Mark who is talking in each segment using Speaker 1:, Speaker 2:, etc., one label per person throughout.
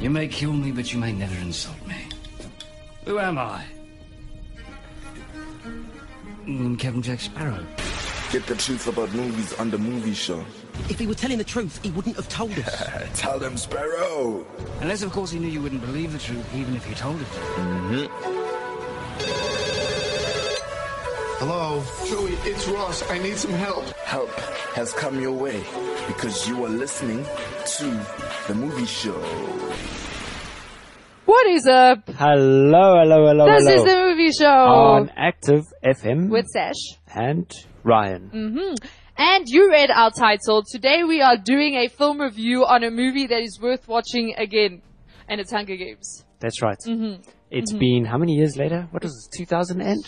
Speaker 1: You may kill me, but you may never insult me. Who am I? Mm, Captain Jack Sparrow.
Speaker 2: Get the truth about movies on the movie show.
Speaker 3: If he were telling the truth, he wouldn't have told us.
Speaker 2: Tell them, Sparrow.
Speaker 1: Unless, of course, he knew you wouldn't believe the truth, even if you told it to him.
Speaker 4: Hello?
Speaker 5: Joey, it's Ross. I need some help.
Speaker 2: Help has come your way because you are listening to the movie show.
Speaker 6: What is up?
Speaker 7: Hello, hello, hello,
Speaker 6: this
Speaker 7: hello.
Speaker 6: is the movie show
Speaker 7: on Active FM
Speaker 6: with Mm-hmm. Sash.
Speaker 7: and Ryan.
Speaker 6: And you read our title. Today we are doing a film review on a movie that is worth watching again. And it's Hunger Games.
Speaker 7: That's right.
Speaker 6: Mm-hmm.
Speaker 7: It's been how many years later? What was this? 2000 and?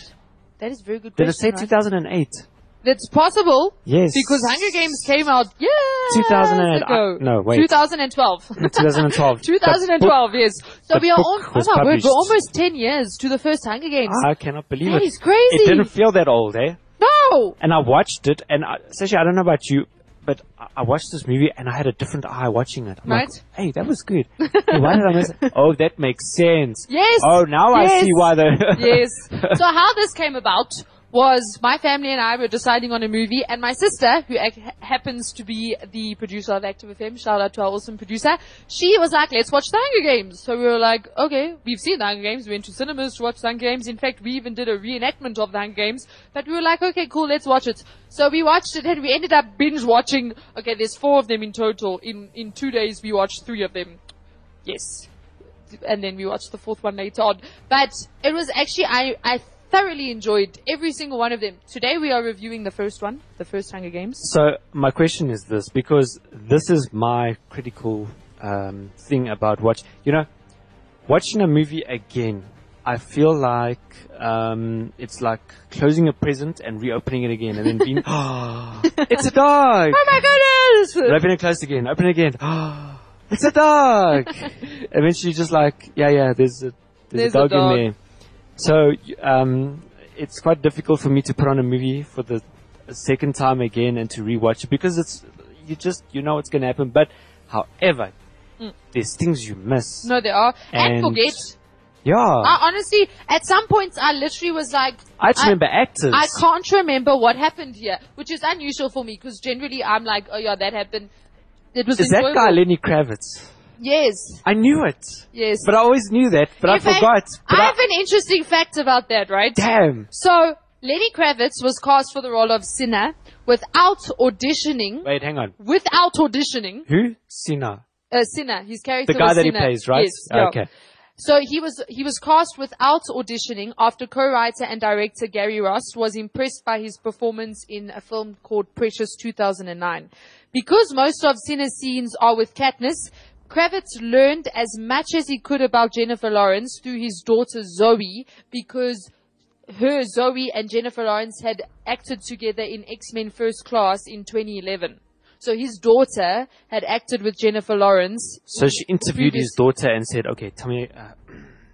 Speaker 6: That is very good
Speaker 7: Did it say
Speaker 6: question, right?
Speaker 7: 2008?
Speaker 6: That's possible.
Speaker 7: Yes.
Speaker 6: Because Hunger Games came out yeah
Speaker 7: 2008
Speaker 6: ago.
Speaker 7: I- uh, no, wait.
Speaker 6: 2012.
Speaker 7: 2012.
Speaker 6: 2012 yes. So
Speaker 7: the
Speaker 6: we are
Speaker 7: book
Speaker 6: on, oh
Speaker 7: was
Speaker 6: my word,
Speaker 7: published.
Speaker 6: we're almost 10 years to the first Hunger Games.
Speaker 7: I cannot believe
Speaker 6: That
Speaker 7: it.
Speaker 6: is crazy.
Speaker 7: It didn't feel that old, eh?
Speaker 6: no!
Speaker 7: And I watched it, and I, Sasha, I don't know about you, but I, I watched this movie and I had a different eye watching it. I'm like,
Speaker 6: Right.
Speaker 7: hey, that was good. Hey, why did I miss it? Oh, that makes sense.
Speaker 6: Yes.
Speaker 7: Oh, now
Speaker 6: Yes.
Speaker 7: I see why the.
Speaker 6: yes. So how this came about was my family and I were deciding on a movie, and my sister, who ac- happens to be the producer of Active FM, shout out to our awesome producer, she was like, "Let's watch the Hunger Games." So we were like, "Okay, we've seen the Hunger Games. We went to cinemas to watch the Hunger Games. In fact, we even did a reenactment of the Hunger Games." But we were like, "Okay, cool, let's watch it." So we watched it, and we ended up binge watching. Okay, there's four of them in total. In in two days, we watched three of them. Yes, and then we watched the fourth one later on. But it was actually I I thoroughly enjoyed every single one of them. Today we are reviewing the first one, the first Hunger Games.
Speaker 7: So my question is this because this is my critical um, thing about watch. You know, watching a movie again, I feel like um, it's like closing a present and reopening it again, and then being, oh, it's a dog.
Speaker 6: Oh my goodness!
Speaker 7: Open it closed again. Open it again. Oh, it's a dog. Eventually, just like yeah, yeah. There's a
Speaker 6: There's
Speaker 7: there's,
Speaker 6: a
Speaker 7: a, dog
Speaker 6: dog.
Speaker 7: in there. So um, it's quite difficult for me to put on a movie for the second time again and to rewatch it because it's you just you know what's going to happen. But however, there's things you miss.
Speaker 6: Mm. No, there are and,
Speaker 7: And-
Speaker 6: forget.
Speaker 7: Yeah,
Speaker 6: I
Speaker 7: I,
Speaker 6: honestly, at some points, I literally was like,
Speaker 7: just remember actors.
Speaker 6: I can't remember what happened here, which is unusual for me because generally I'm like, oh yeah, that happened. It was
Speaker 7: Is that
Speaker 6: enjoyable.
Speaker 7: guy Lenny Kravitz?
Speaker 6: Yes,
Speaker 7: I knew it,
Speaker 6: yes.
Speaker 7: but I always knew that, but
Speaker 6: In
Speaker 7: I
Speaker 6: fact,
Speaker 7: forgot. But
Speaker 6: I
Speaker 7: I,
Speaker 6: have an interesting fact about that, right?
Speaker 7: damn.
Speaker 6: So, Lenny Kravitz was cast for the role of Sinner without auditioning.
Speaker 7: Wait, hang on.
Speaker 6: Without auditioning,
Speaker 7: Who? Sina.
Speaker 6: uh, Sinner, his character
Speaker 7: the guy
Speaker 6: was
Speaker 7: that he
Speaker 6: Sinner.
Speaker 7: plays, right?
Speaker 6: Yes, yeah.
Speaker 7: Okay.
Speaker 6: So he was he was cast without auditioning after co-writer and director Gary Ross was impressed by his performance in a film called Precious 2009. Because most of Sinner's scenes are with Katniss, Kravitz learned as much as he could about Jennifer Lawrence through his daughter Zoe because her Zoe and Jennifer Lawrence had acted together in X-Men First Class in 2011. So his daughter had acted with Jennifer Lawrence.
Speaker 7: So she interviewed
Speaker 6: previous-
Speaker 7: his daughter and said, "Okay, tell me, uh,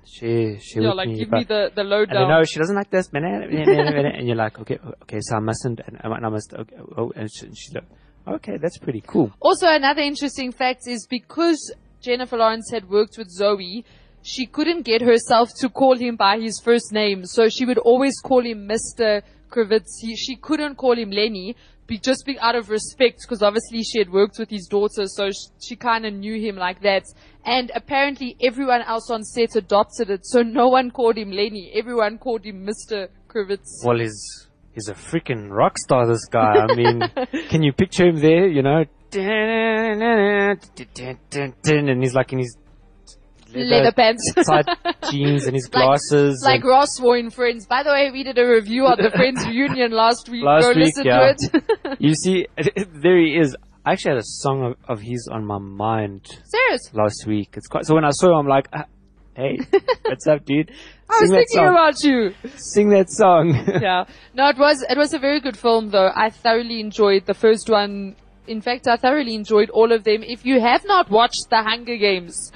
Speaker 7: she she
Speaker 6: Yeah,
Speaker 7: with
Speaker 6: like
Speaker 7: me,
Speaker 6: give
Speaker 7: but-
Speaker 6: me the um, the
Speaker 7: and then,
Speaker 6: lowdown.
Speaker 7: no, she doesn't like this, man, man, man, man, man," and you're like, okay, okay, so I mustn't, and I, and I must, okay, oh, and she, she's like, okay, that's pretty cool.
Speaker 6: Also, another interesting fact is because Jennifer Lawrence had worked with Zoe, she couldn't get herself to call him by his first name, so she would always call him Mr. Kravitz. He, she couldn't call him Lenny, be, just be, out of respect, because obviously she had worked with his daughter, so she, she kind of knew him like that. And apparently everyone else on set adopted it, so no one called him Lenny. Everyone called him Mr. Kravitz.
Speaker 7: Well, he's he's a freaking rock star, this guy. I mean, can you picture him there? You know, and he's like in his
Speaker 6: Leather pants.
Speaker 7: tight jeans and his glasses,
Speaker 6: Like,
Speaker 7: and-
Speaker 6: like Ross wore in Friends. By the way, we did a review on the Friends reunion last week.
Speaker 7: Last
Speaker 6: Go
Speaker 7: week,
Speaker 6: listen
Speaker 7: yeah.
Speaker 6: to it.
Speaker 7: You see, there he is. I actually had a song of, of his on my mind
Speaker 6: Serious.
Speaker 7: last week. It's quite so when I saw him, I'm like, ah, hey, what's up, dude?
Speaker 6: I was
Speaker 7: Sing that
Speaker 6: thinking
Speaker 7: song.
Speaker 6: about you.
Speaker 7: Sing that song.
Speaker 6: Yeah. No, it was it was a very good film though. I thoroughly enjoyed the first one. In fact, I thoroughly enjoyed all of them. If you have not watched The Hunger Games,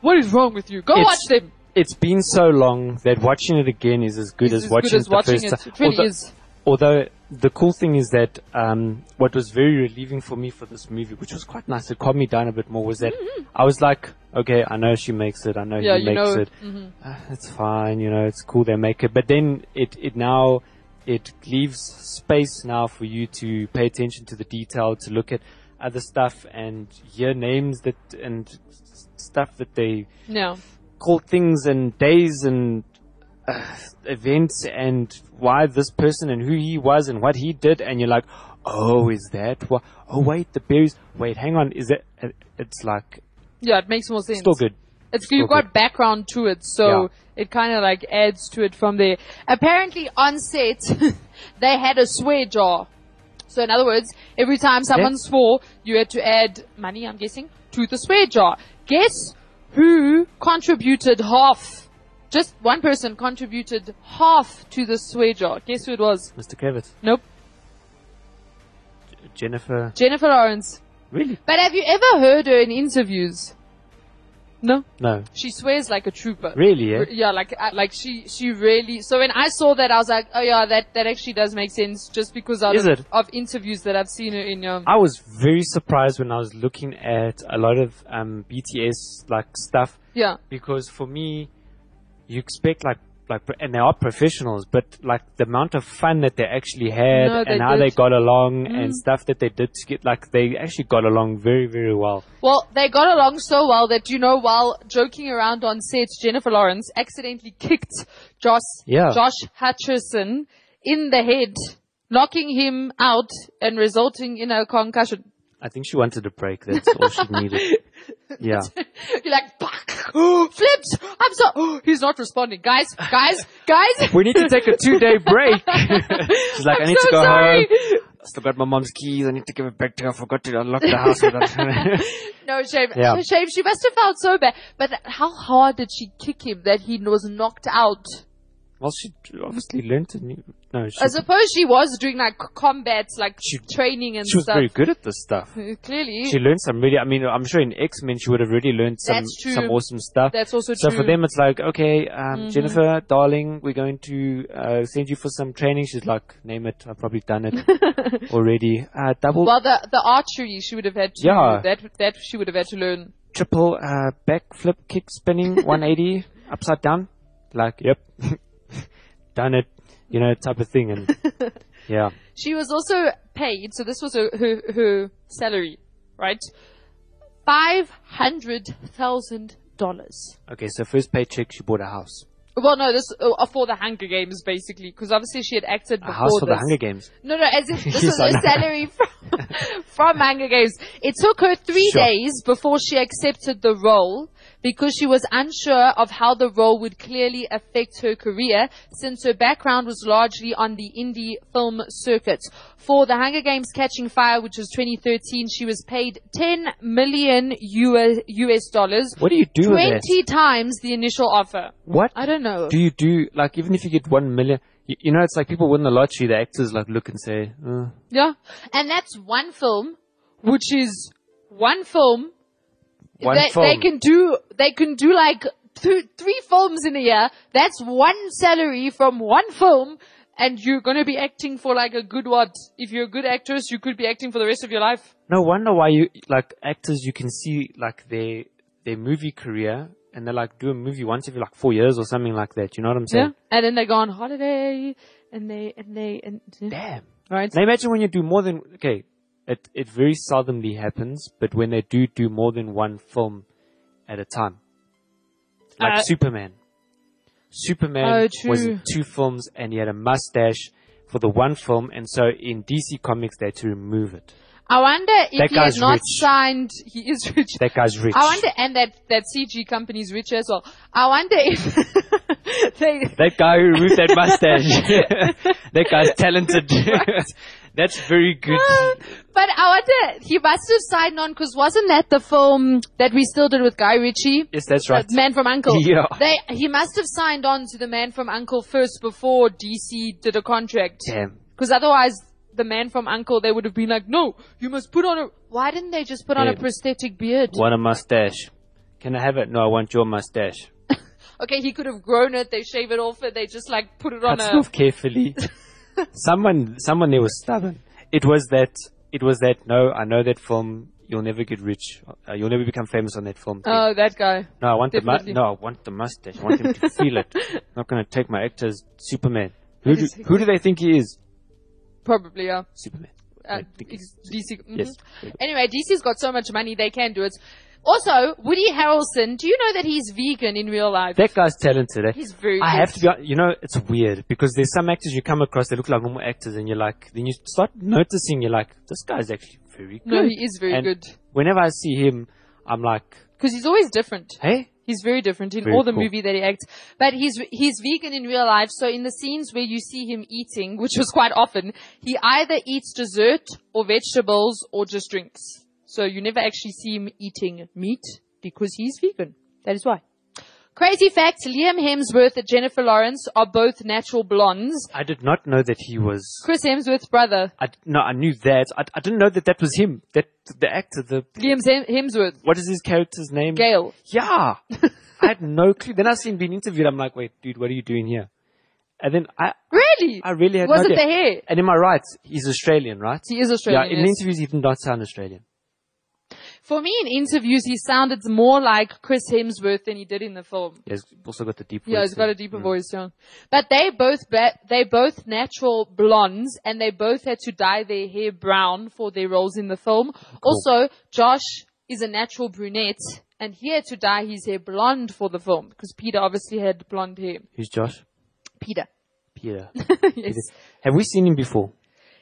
Speaker 6: what is wrong with you? Go
Speaker 7: It's-
Speaker 6: watch them.
Speaker 7: it's been so long that watching it again is as good
Speaker 6: It's
Speaker 7: as watching it the first
Speaker 6: it.
Speaker 7: time.
Speaker 6: It really
Speaker 7: although,
Speaker 6: is.
Speaker 7: although the cool thing is that um, what was very relieving for me for this movie, which was quite nice, it calmed me down a bit more, was that I was like, okay, I know she makes it, I know
Speaker 6: Mm-hmm. Yeah,
Speaker 7: he
Speaker 6: you
Speaker 7: makes
Speaker 6: know- Mm-hmm.
Speaker 7: it. Ah, it's fine, you know, it's cool they make it. But then it, it now, it leaves space now for you to pay attention to the detail, to look at other stuff and hear names that, and s- stuff that they
Speaker 6: No.
Speaker 7: call things and days and uh, events and why this person and who he was and what he did and you're like oh is that what oh wait the berries wait hang on is it it- it's like
Speaker 6: Yeah, it makes more sense.
Speaker 7: still good
Speaker 6: It's you've
Speaker 7: Still
Speaker 6: got
Speaker 7: good.
Speaker 6: background to it, so it kind of like adds to it from there. Apparently, on set they had a swear jar. So in other words, every time someone swore, you had to add money. I'm guessing to the swear jar. Guess who contributed half? Just one person contributed half to the swear jar. Guess who it was?
Speaker 7: Mr. Kravitz
Speaker 6: Nope,
Speaker 7: Jennifer
Speaker 6: Jennifer Lawrence.
Speaker 7: really
Speaker 6: But have you ever heard her in interviews? No.
Speaker 7: no
Speaker 6: She swears like a trooper.
Speaker 7: Really, eh?
Speaker 6: R- Yeah, like I- like she she really. So when I saw that, I was like, oh yeah, that that actually does make sense, just because out
Speaker 7: Is
Speaker 6: of,
Speaker 7: it?
Speaker 6: of interviews that I've seen her in. Um,
Speaker 7: I was very surprised when I was looking at a lot of um, BTS like stuff
Speaker 6: yeah,
Speaker 7: because for me, you expect like like and they are professionals, but like the amount of fun that they actually had
Speaker 6: No, they
Speaker 7: and how
Speaker 6: did. Mm.
Speaker 7: they got along and stuff that they did to get like they actually got along very very well.
Speaker 6: well, they got along so well that you know, while joking around on set, Jennifer Lawrence accidentally kicked Josh
Speaker 7: Yeah.
Speaker 6: Josh Hutcherson in the head, knocking him out and resulting in a concussion.
Speaker 7: I think she wanted a break. That's all she needed. Yeah,
Speaker 6: You're like, fuck, flipped. I'm so. He's not responding, guys, guys, guys.
Speaker 7: we need to take a two day break. She's like, i
Speaker 6: I'm
Speaker 7: need
Speaker 6: so
Speaker 7: to go
Speaker 6: sorry.
Speaker 7: home. I still got my mom's keys. I need to give it back to her. I forgot to unlock the house.
Speaker 6: No shame.
Speaker 7: Yeah.
Speaker 6: No shame. She must have felt so bad. But how hard did she kick him that he was knocked out?
Speaker 7: well, she obviously learned a new. No, she,
Speaker 6: I suppose she was doing like combats, like
Speaker 7: She-
Speaker 6: training and
Speaker 7: she was
Speaker 6: stuff. Mm,
Speaker 7: very good at this stuff.
Speaker 6: Clearly.
Speaker 7: she learned some really. I mean, I'm sure in X Men she would have really learned some
Speaker 6: That's true.
Speaker 7: some awesome stuff.
Speaker 6: That's also
Speaker 7: so
Speaker 6: true. Mm-hmm.
Speaker 7: for them, it's like, okay, um, Jennifer, darling, we're going to uh, send you for some training. She's like, name it. I've probably done it already. Uh, double,
Speaker 6: well, the the archery she would have had to
Speaker 7: Yeah.
Speaker 6: that that she would have had to learn.
Speaker 7: triple, uh, backflip, kick, spinning, 180, upside down. Like, yep, done it. You know, type of thing. And yeah,
Speaker 6: She was also paid, so this was her her, her salary, right? Five hundred thousand dollars.
Speaker 7: okay. So first paycheck, she bought a house,
Speaker 6: Well, no, this uh, for the Hunger Games basically, because obviously she had acted
Speaker 7: a
Speaker 6: before
Speaker 7: house for the
Speaker 6: this.
Speaker 7: Hunger Games.
Speaker 6: No, no, as if this
Speaker 7: Yes,
Speaker 6: was
Speaker 7: I
Speaker 6: her
Speaker 7: know.
Speaker 6: salary from, from Hunger Games. It took her three
Speaker 7: Sure.
Speaker 6: days before she accepted the role because she was unsure of how the role would clearly affect her career since her background was largely on the indie film circuit. For The Hunger Games Catching Fire, which was 2013, she was paid 10 million US, US dollars.
Speaker 7: What do you do with that?
Speaker 6: 20 times the initial offer.
Speaker 7: What?
Speaker 6: I don't know.
Speaker 7: do you do like even if you get one million you, you know it's like people win the lottery the actors like look and say uh,
Speaker 6: Yeah. And that's one film, which is one film.
Speaker 7: one
Speaker 6: they,
Speaker 7: film
Speaker 6: they can do, they can do like two, three films in a year. That's one salary from one film. And you're gonna be acting for like a good what? If you're a good actress, you could be acting for the rest of your life.
Speaker 7: no wonder why you like actors you can see like their their movie career and they like do a movie once every like four years or something like that you know what i'm
Speaker 6: Yeah.
Speaker 7: saying
Speaker 6: And then they go on holiday and they, and they, and,
Speaker 7: damn
Speaker 6: right?
Speaker 7: now imagine when you do more than okay it it very seldomly happens but when they do do more than one film at a time like
Speaker 6: Uh,
Speaker 7: superman
Speaker 6: Oh,
Speaker 7: superman
Speaker 6: true.
Speaker 7: was in two films and he had a mustache for the one film and so in dc comics they had to remove it
Speaker 6: I wonder if
Speaker 7: That
Speaker 6: he had
Speaker 7: guy's
Speaker 6: not
Speaker 7: rich.
Speaker 6: signed, he is rich.
Speaker 7: that guy's rich
Speaker 6: I wonder, and that, that CG company's rich as well. I wonder if they,
Speaker 7: that guy who removed that mustache that guy's talented that's very good
Speaker 6: but I wonder, he must have signed on because wasn't that the film that we still did with Guy Ritchie?
Speaker 7: yes that's right
Speaker 6: Uh, Man from Uncle.
Speaker 7: Yeah.
Speaker 6: They, he must have signed on to the Man from Uncle first before DC did a contract.
Speaker 7: Damn.
Speaker 6: Because otherwise, the Man from Uncle, they would have been like, no, you must put on a, why didn't they just put on a
Speaker 7: Yeah.
Speaker 6: prosthetic beard?
Speaker 7: want a mustache can i have it no i want your mustache
Speaker 6: Okay, he could have grown it, they shave it off, and they just like put it on
Speaker 7: Cuts
Speaker 6: a,
Speaker 7: it off carefully. someone, someone there was stubborn. It was that. It was that. No, I know that film. you'll never get rich. Uh, you'll never become famous on that film. thing."
Speaker 6: Oh, that guy.
Speaker 7: no, I want the
Speaker 6: definitely.
Speaker 7: mu- no, I want the mustache. I want him to feel it. I'm not going to take my actor as Superman. Who do, who do they think he is?
Speaker 6: Probably, yeah.
Speaker 7: Superman.
Speaker 6: Uh,
Speaker 7: I think
Speaker 6: ex-
Speaker 7: he's-
Speaker 6: DC. mhm.
Speaker 7: Yes.
Speaker 6: Anyway, DC's got so much money, they can do it. Also, Woody Harrelson, do you know that he's vegan in real life?
Speaker 7: That guy's talented. eh?
Speaker 6: He's very
Speaker 7: I
Speaker 6: good.
Speaker 7: have to be. hon- You know, it's weird because there's some actors you come across that look like normal actors, and you're like, then you start noticing, you're like, this guy's actually very good.
Speaker 6: No, he is very
Speaker 7: And
Speaker 6: good.
Speaker 7: Whenever I see him, I'm like,
Speaker 6: Because he's always different.
Speaker 7: hey,
Speaker 6: He's very different in
Speaker 7: Very
Speaker 6: all the
Speaker 7: cool.
Speaker 6: movie that he acts. But he's he's vegan in real life, so in the scenes where you see him eating, which was quite often, he either eats dessert or vegetables or just drinks. So you never actually see him eating meat because he's vegan. That is why. Crazy fact, Liam Hemsworth and Jennifer Lawrence are both natural blondes.
Speaker 7: I did not know that he was.
Speaker 6: Chris Hemsworth's brother,
Speaker 7: I d- no, I knew that. I, I didn't know that that was him. That the actor, the
Speaker 6: Liam Hem- Hemsworth,
Speaker 7: what is his character's name?
Speaker 6: Gail.
Speaker 7: Yeah, I had no clue. Then I seen being interviewed. I'm like, wait, dude, what are you doing here? And then I,
Speaker 6: Really?
Speaker 7: I really had no
Speaker 6: Was it
Speaker 7: idea.
Speaker 6: the hair?
Speaker 7: And am I right? He's Australian, right?
Speaker 6: He is Australian.
Speaker 7: yeah, in
Speaker 6: yes.
Speaker 7: interviews, he did not sound Australian.
Speaker 6: For me, in interviews, he sounded more like Chris Hemsworth than he did in the film.
Speaker 7: He's also got the deep voice.
Speaker 6: Yeah, he's got
Speaker 7: thing.
Speaker 6: a deeper voice, yeah. But they both ba- they both natural blondes, and they both had to dye their hair brown for their roles in the film. Also, Josh is a natural brunette, and he had to dye his hair blonde for the film because Peter obviously had blonde hair.
Speaker 7: Who's Josh?
Speaker 6: Peter,
Speaker 7: Peter.
Speaker 6: yes,
Speaker 7: Have we seen him before?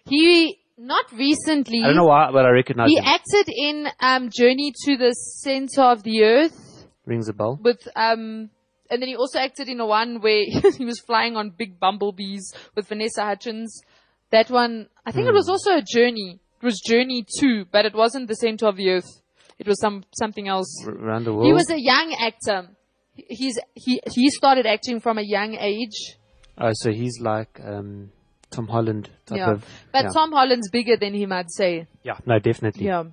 Speaker 6: he not recently.
Speaker 7: I don't know why, but I recognize
Speaker 6: He
Speaker 7: him.
Speaker 6: acted in um, Journey to the Center of the Earth.
Speaker 7: Rings a bell.
Speaker 6: with um and then he also acted in a one where he was flying on big bumblebees with Vanessa Hutchins. That one, I think it
Speaker 7: Hmm.
Speaker 6: was also a journey. It was Journey 2, but it wasn't the center of the earth. It was some, something else.
Speaker 7: R- around the world.
Speaker 6: He was a young actor. He- He's, he, he started acting from a young age.
Speaker 7: oh, so he's like um, Tom Holland type
Speaker 6: Yeah.
Speaker 7: of.
Speaker 6: But
Speaker 7: yeah.
Speaker 6: Tom Holland's bigger than him, I'd say.
Speaker 7: Yeah, no, definitely.
Speaker 6: Yeah.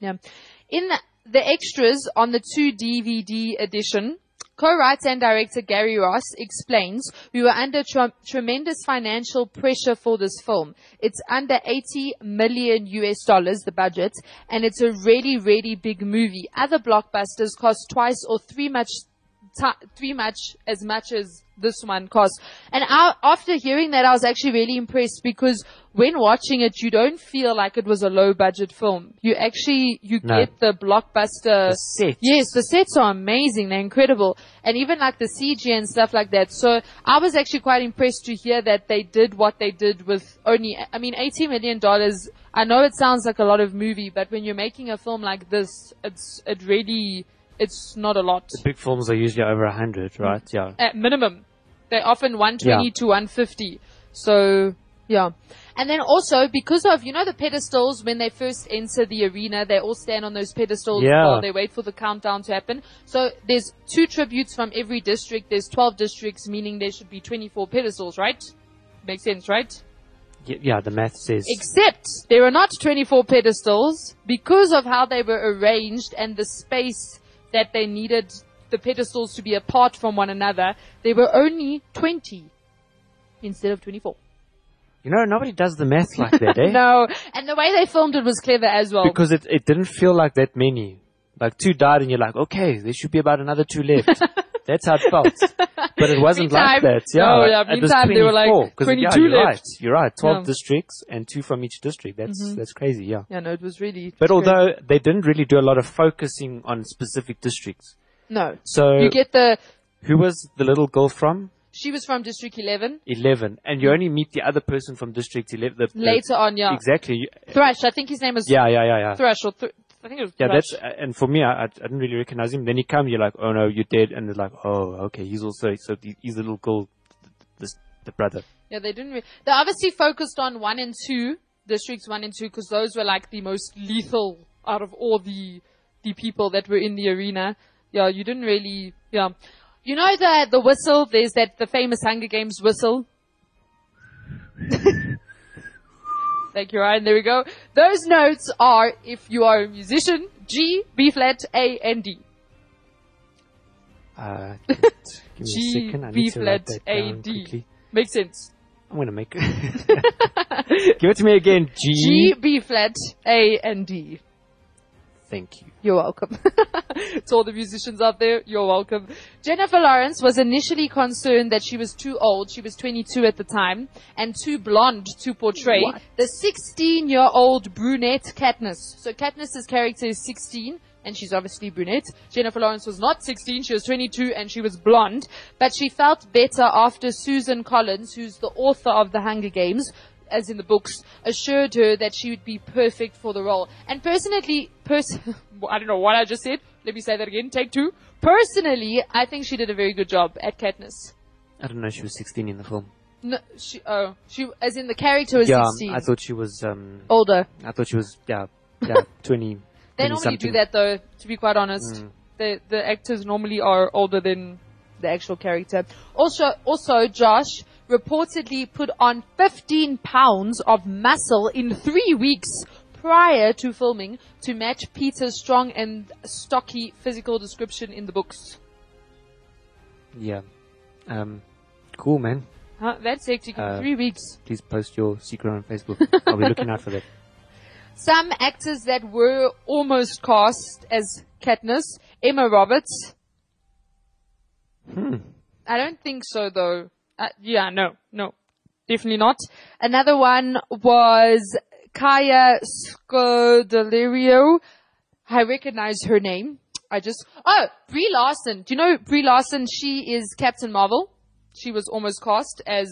Speaker 6: Yeah. In the extras on the 2 DVD edition, co-writer and director Gary Ross explains, we were under tr- tremendous financial pressure for this film. It's under 80 million US dollars, the budget, and it's a really, really big movie. Other blockbusters cost twice or three much ti- three much as much as this one costs. And I, after hearing that, I was actually really impressed because when watching it, you don't feel like it was a low budget film. You actually you
Speaker 7: No.
Speaker 6: get the blockbuster
Speaker 7: The sets.
Speaker 6: Yes, the sets are amazing. They're incredible, and even like the CG and stuff like that. So I was actually quite impressed to hear that they did what they did with only. I mean, eighty million dollars. I know it sounds like a lot of movie, but when you're making a film like this, it's it really it's not a lot
Speaker 7: Big films are usually over 100, right? Yeah.
Speaker 6: at minimum. They're often 120
Speaker 7: Yeah.
Speaker 6: to 150. So, yeah. And then also, because of, you know, the pedestals, when they first enter the arena, they all stand on those pedestals
Speaker 7: Yeah.
Speaker 6: while they wait for the countdown to happen. So there's two tributes from every district. There's 12 districts, meaning there should be 24 pedestals, right? Makes sense, right?
Speaker 7: Y- Yeah, the math says.
Speaker 6: Except there are not 24 pedestals because of how they were arranged and the space that they needed the pedestals to be apart from one another. There were only 20 instead of 24.
Speaker 7: you know, nobody does the math like that, eh?
Speaker 6: No, and the way they filmed it was clever as well.
Speaker 7: Because it, it didn't feel like that many. Like two died and you're like, okay, there should be about another two left. That's how it felt. But it wasn't like
Speaker 6: Meantime-
Speaker 7: that. Yeah.
Speaker 6: No, yeah,
Speaker 7: It was
Speaker 6: meantime they were like
Speaker 7: 24, 'cause,
Speaker 6: 22
Speaker 7: yeah, you're
Speaker 6: left.
Speaker 7: Right, you're right. 12
Speaker 6: Yeah. Mm-hmm.
Speaker 7: districts and two from each district. That's, that's crazy. Yeah.
Speaker 6: yeah, no, it was really.
Speaker 7: But although they didn't really do a lot of focusing on specific districts.
Speaker 6: no,
Speaker 7: So
Speaker 6: you get the.
Speaker 7: who was the little girl from?
Speaker 6: She was from District 11.
Speaker 7: 11. And you only meet the other person from district 11. the- the-
Speaker 6: Mm. Later on, yeah.
Speaker 7: Exactly. You-
Speaker 6: Thrush, I think his name was
Speaker 7: Yeah, yeah, yeah, yeah.
Speaker 6: Thrush or Thr- I think it was
Speaker 7: Yeah,
Speaker 6: Thrush.
Speaker 7: that's uh, and for me, I, I didn't really recognize him. Then he comes, you're like, oh no, you're dead, and they're like, oh, okay, he's also so he- he's the little girl, this the brother.
Speaker 6: Yeah, they didn't. Re- they obviously focused on one and two districts, one and two, because those were like the most lethal out of all the the people that were in the arena. Yeah, you didn't really. Yeah, you know the the whistle. There's that the famous Hunger Games whistle. Thank you, Ryan. There we go. Those notes are, if you are a musician, G, B flat, A, and D.
Speaker 7: Uh, give me a
Speaker 6: G,
Speaker 7: second, I
Speaker 6: B
Speaker 7: need to write
Speaker 6: flat,
Speaker 7: that down
Speaker 6: A, D.
Speaker 7: quickly.
Speaker 6: Makes sense.
Speaker 7: I'm gonna make it. give it to me again. G,
Speaker 6: G, B flat, A, and D.
Speaker 7: Thank you.
Speaker 6: You're welcome. to all the musicians out there, you're welcome. Jennifer Lawrence was initially concerned that she was too old. She was 22 at the time and too blonde to portray the 16 year old brunette Katniss. So Katniss's character is 16 and she's obviously brunette. Jennifer Lawrence was not 16. She was 22 and she was blonde, but she felt better after Susan Collins, who's the author of The Hunger Games, as in the books, assured her that she would be perfect for the role. And personally, pers- I don't know what I just said. Let me say that again. Take two. Personally, I think she did a very good job at Katniss.
Speaker 7: I don't know. She was 16 in the film.
Speaker 6: No, she, oh, she, as in the character was
Speaker 7: yeah, um,
Speaker 6: 16.
Speaker 7: I thought she was. Um,
Speaker 6: Older.
Speaker 7: I thought she was. Yeah, yeah, 20.
Speaker 6: They
Speaker 7: 20
Speaker 6: normally
Speaker 7: something. Hmm.
Speaker 6: do that though, to be quite honest. The, the actors normally are older than the actual character. Also, also Josh reportedly put on 15 pounds of muscle in three weeks prior to filming to match Peter's strong and stocky physical description in the books.
Speaker 7: Yeah. Um, cool, man.
Speaker 6: Huh? That's hectic.
Speaker 7: Uh,
Speaker 6: three weeks.
Speaker 7: Please post your secret on Facebook. I'll be looking out for that.
Speaker 6: Some actors that were almost cast as Katniss, Emma Roberts. I don't think so, though. Uh, yeah, no, no, definitely not. Another one was Kaya Scodelario. I recognize her name. I just oh Brie Larson. Do you know Brie Larson? She is Captain Marvel. She was almost cast as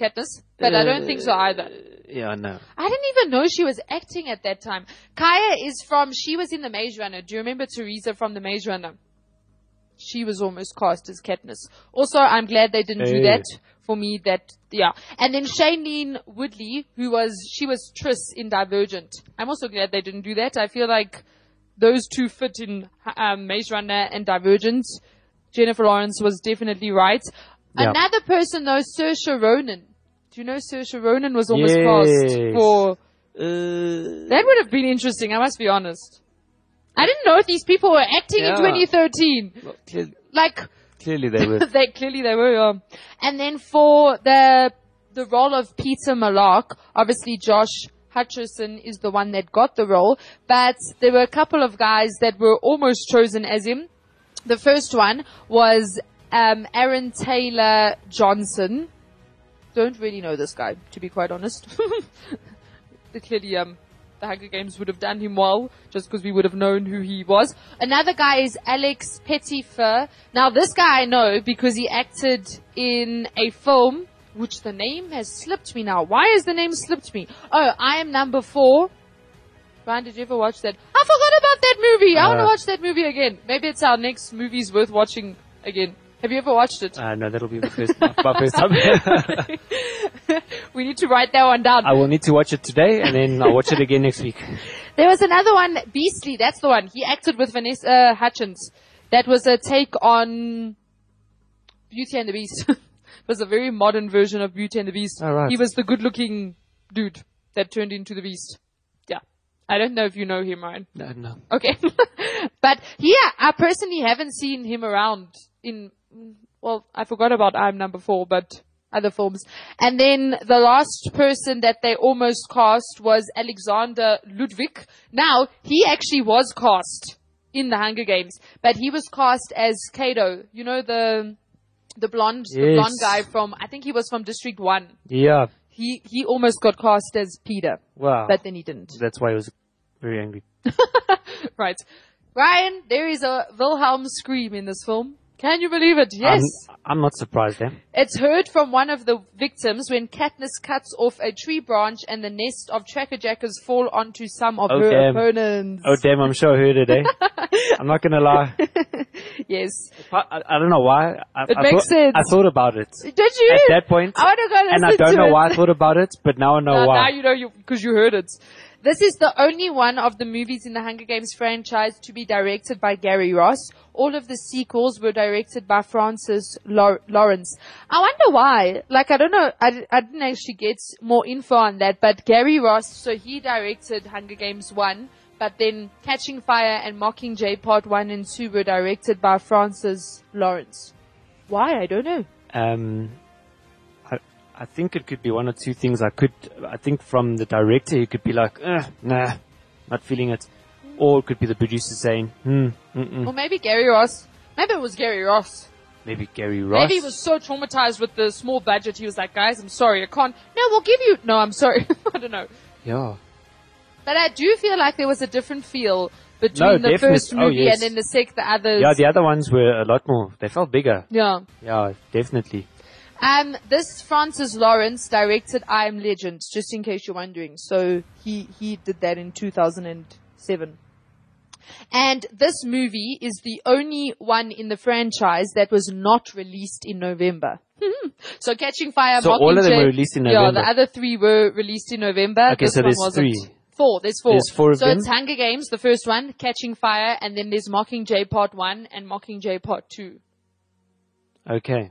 Speaker 6: Katniss, but I don't think so either.
Speaker 7: Yeah, no.
Speaker 6: I didn't even know she was acting at that time. Kaya is from, she was in The Maze Runner. Do you remember Teresa from The Maze Runner? She was almost cast as Katniss. Also, I'm glad they didn't do
Speaker 7: Hey.
Speaker 6: that for me that, yeah. And then Shailene Woodley, who was, she was Triss in Divergent. I'm also glad they didn't do that. I feel like those two fit in um, Maze Runner and Divergent. Jennifer Lawrence was definitely right.
Speaker 7: Yeah.
Speaker 6: Another person though, Saoirse Ronan. Do you know Saoirse Ronan was almost
Speaker 7: Yes.
Speaker 6: cast for?
Speaker 7: Uh,
Speaker 6: That would have been interesting. I must be honest. I didn't know if these people were acting in
Speaker 7: Yeah.
Speaker 6: 2013.
Speaker 7: clearly,
Speaker 6: Like
Speaker 7: clearly they were.
Speaker 6: they clearly they were. Um, and then for the the role of Peter Malark, obviously Josh Hutcherson is the one that got the role, but there were a couple of guys that were almost chosen as him. The first one was um, Aaron Taylor Johnson. Don't really know this guy, to be quite honest. the clearly um, the Hunger Games would have done him well, just because we would have known who he was. Another guy is Alex Pettyfer. Now this guy I know because he acted in a film which the name has slipped me now. Why has the name slipped me? Oh, I am number four. Brian, did you ever watch that? I forgot about that movie. I want to
Speaker 7: Uh.
Speaker 6: watch that movie again. Maybe it's our next movies worth watching again. Have you ever watched it?
Speaker 7: Uh, no, that'll be the first, my first time.
Speaker 6: we need to write that one down.
Speaker 7: I will need to watch it today and then I'll watch it again next week.
Speaker 6: There was another one, Beastly. That's the one. He acted with Vanessa uh, Hutchins. That was a take on Beauty and the Beast. it was a very modern version of Beauty and the Beast.
Speaker 7: Oh, right.
Speaker 6: He was the good-looking dude that turned into the Beast. Yeah. I don't know if you know him, Ryan.
Speaker 7: No, no.
Speaker 6: Okay. but yeah, I personally haven't seen him around in, well, I forgot about I'm number four, but other films. And then the last person that they almost cast was Alexander Ludwig. Now, he actually was cast in the Hunger Games, but he was cast as Kato. You know, the, the blonde, the
Speaker 7: Yes.
Speaker 6: blonde guy from, I think he was from District 1.
Speaker 7: Yeah.
Speaker 6: He, he almost got cast as Peter,
Speaker 7: Wow.
Speaker 6: but then he didn't.
Speaker 7: That's why I was very angry.
Speaker 6: Right. Ryan, there is a Wilhelm scream in this film. Can you believe it? Yes.
Speaker 7: I'm, I'm not surprised, eh?
Speaker 6: it's heard from one of the victims when Katniss cuts off a tree branch and the nest of tracker jackers fall onto some of
Speaker 7: Oh,
Speaker 6: her
Speaker 7: damn.
Speaker 6: opponents.
Speaker 7: Oh, damn, I'm sure I heard it, eh? I'm not gonna lie.
Speaker 6: yes.
Speaker 7: I, I don't know why. I,
Speaker 6: It
Speaker 7: I
Speaker 6: makes
Speaker 7: thought,
Speaker 6: sense.
Speaker 7: I thought about it.
Speaker 6: Did you?
Speaker 7: At that point,
Speaker 6: I want to go listen
Speaker 7: and I don't
Speaker 6: to
Speaker 7: know
Speaker 6: it.
Speaker 7: why I thought about it, but now I know
Speaker 6: Now-
Speaker 7: why.
Speaker 6: Now you know you because you heard it. This is the only one of the movies in the Hunger Games franchise to be directed by Gary Ross. All of the sequels were directed by Francis Lau- Lawrence. I wonder why. Like, I don't know. I, di- I didn't actually get more info on that, but Gary Ross, so he directed Hunger Games 1, but then Catching Fire and Mockingjay Part 1 and 2 were directed by Francis Lawrence. Why? I don't know.
Speaker 7: Um, I, I think it could be one or two things. I could, I think from the director, he could be like, "Ugh, nah, not feeling it. or it could be the producer saying, "Hmm, mm-mm,
Speaker 6: Or maybe Gary Ross. Maybe it was Gary Ross.
Speaker 7: maybe Gary Ross."
Speaker 6: Maybe he was so traumatized with the small budget, he was like, guys, I'm sorry, I can't. No, we'll give you. No, I'm sorry. I don't know.
Speaker 7: yeah,
Speaker 6: But I do feel like there was a different feel between
Speaker 7: No,
Speaker 6: the
Speaker 7: definite-
Speaker 6: first
Speaker 7: oh,
Speaker 6: movie
Speaker 7: yes.
Speaker 6: and then the sec, the others.
Speaker 7: yeah. The other ones were a lot more. They felt bigger.
Speaker 6: yeah.
Speaker 7: Yeah, definitely.
Speaker 6: Um, this Francis Lawrence directed I Am Legend, just in case you're wondering. So he, he did that in 2007. And this movie is the only one in the franchise that was not released in November. so Catching Fire,
Speaker 7: So all of them
Speaker 6: Mockingjay-
Speaker 7: were released in
Speaker 6: Yeah,
Speaker 7: November.
Speaker 6: the other three were released in November.
Speaker 7: Okay,
Speaker 6: This
Speaker 7: so
Speaker 6: one
Speaker 7: there's
Speaker 6: wasn't.
Speaker 7: three.
Speaker 6: Four. There's four.
Speaker 7: There's four of
Speaker 6: so
Speaker 7: them?
Speaker 6: it's Hunger Games, the first one, Catching Fire, and then there's Mockingjay Part One and Mockingjay Part Two.
Speaker 7: Okay.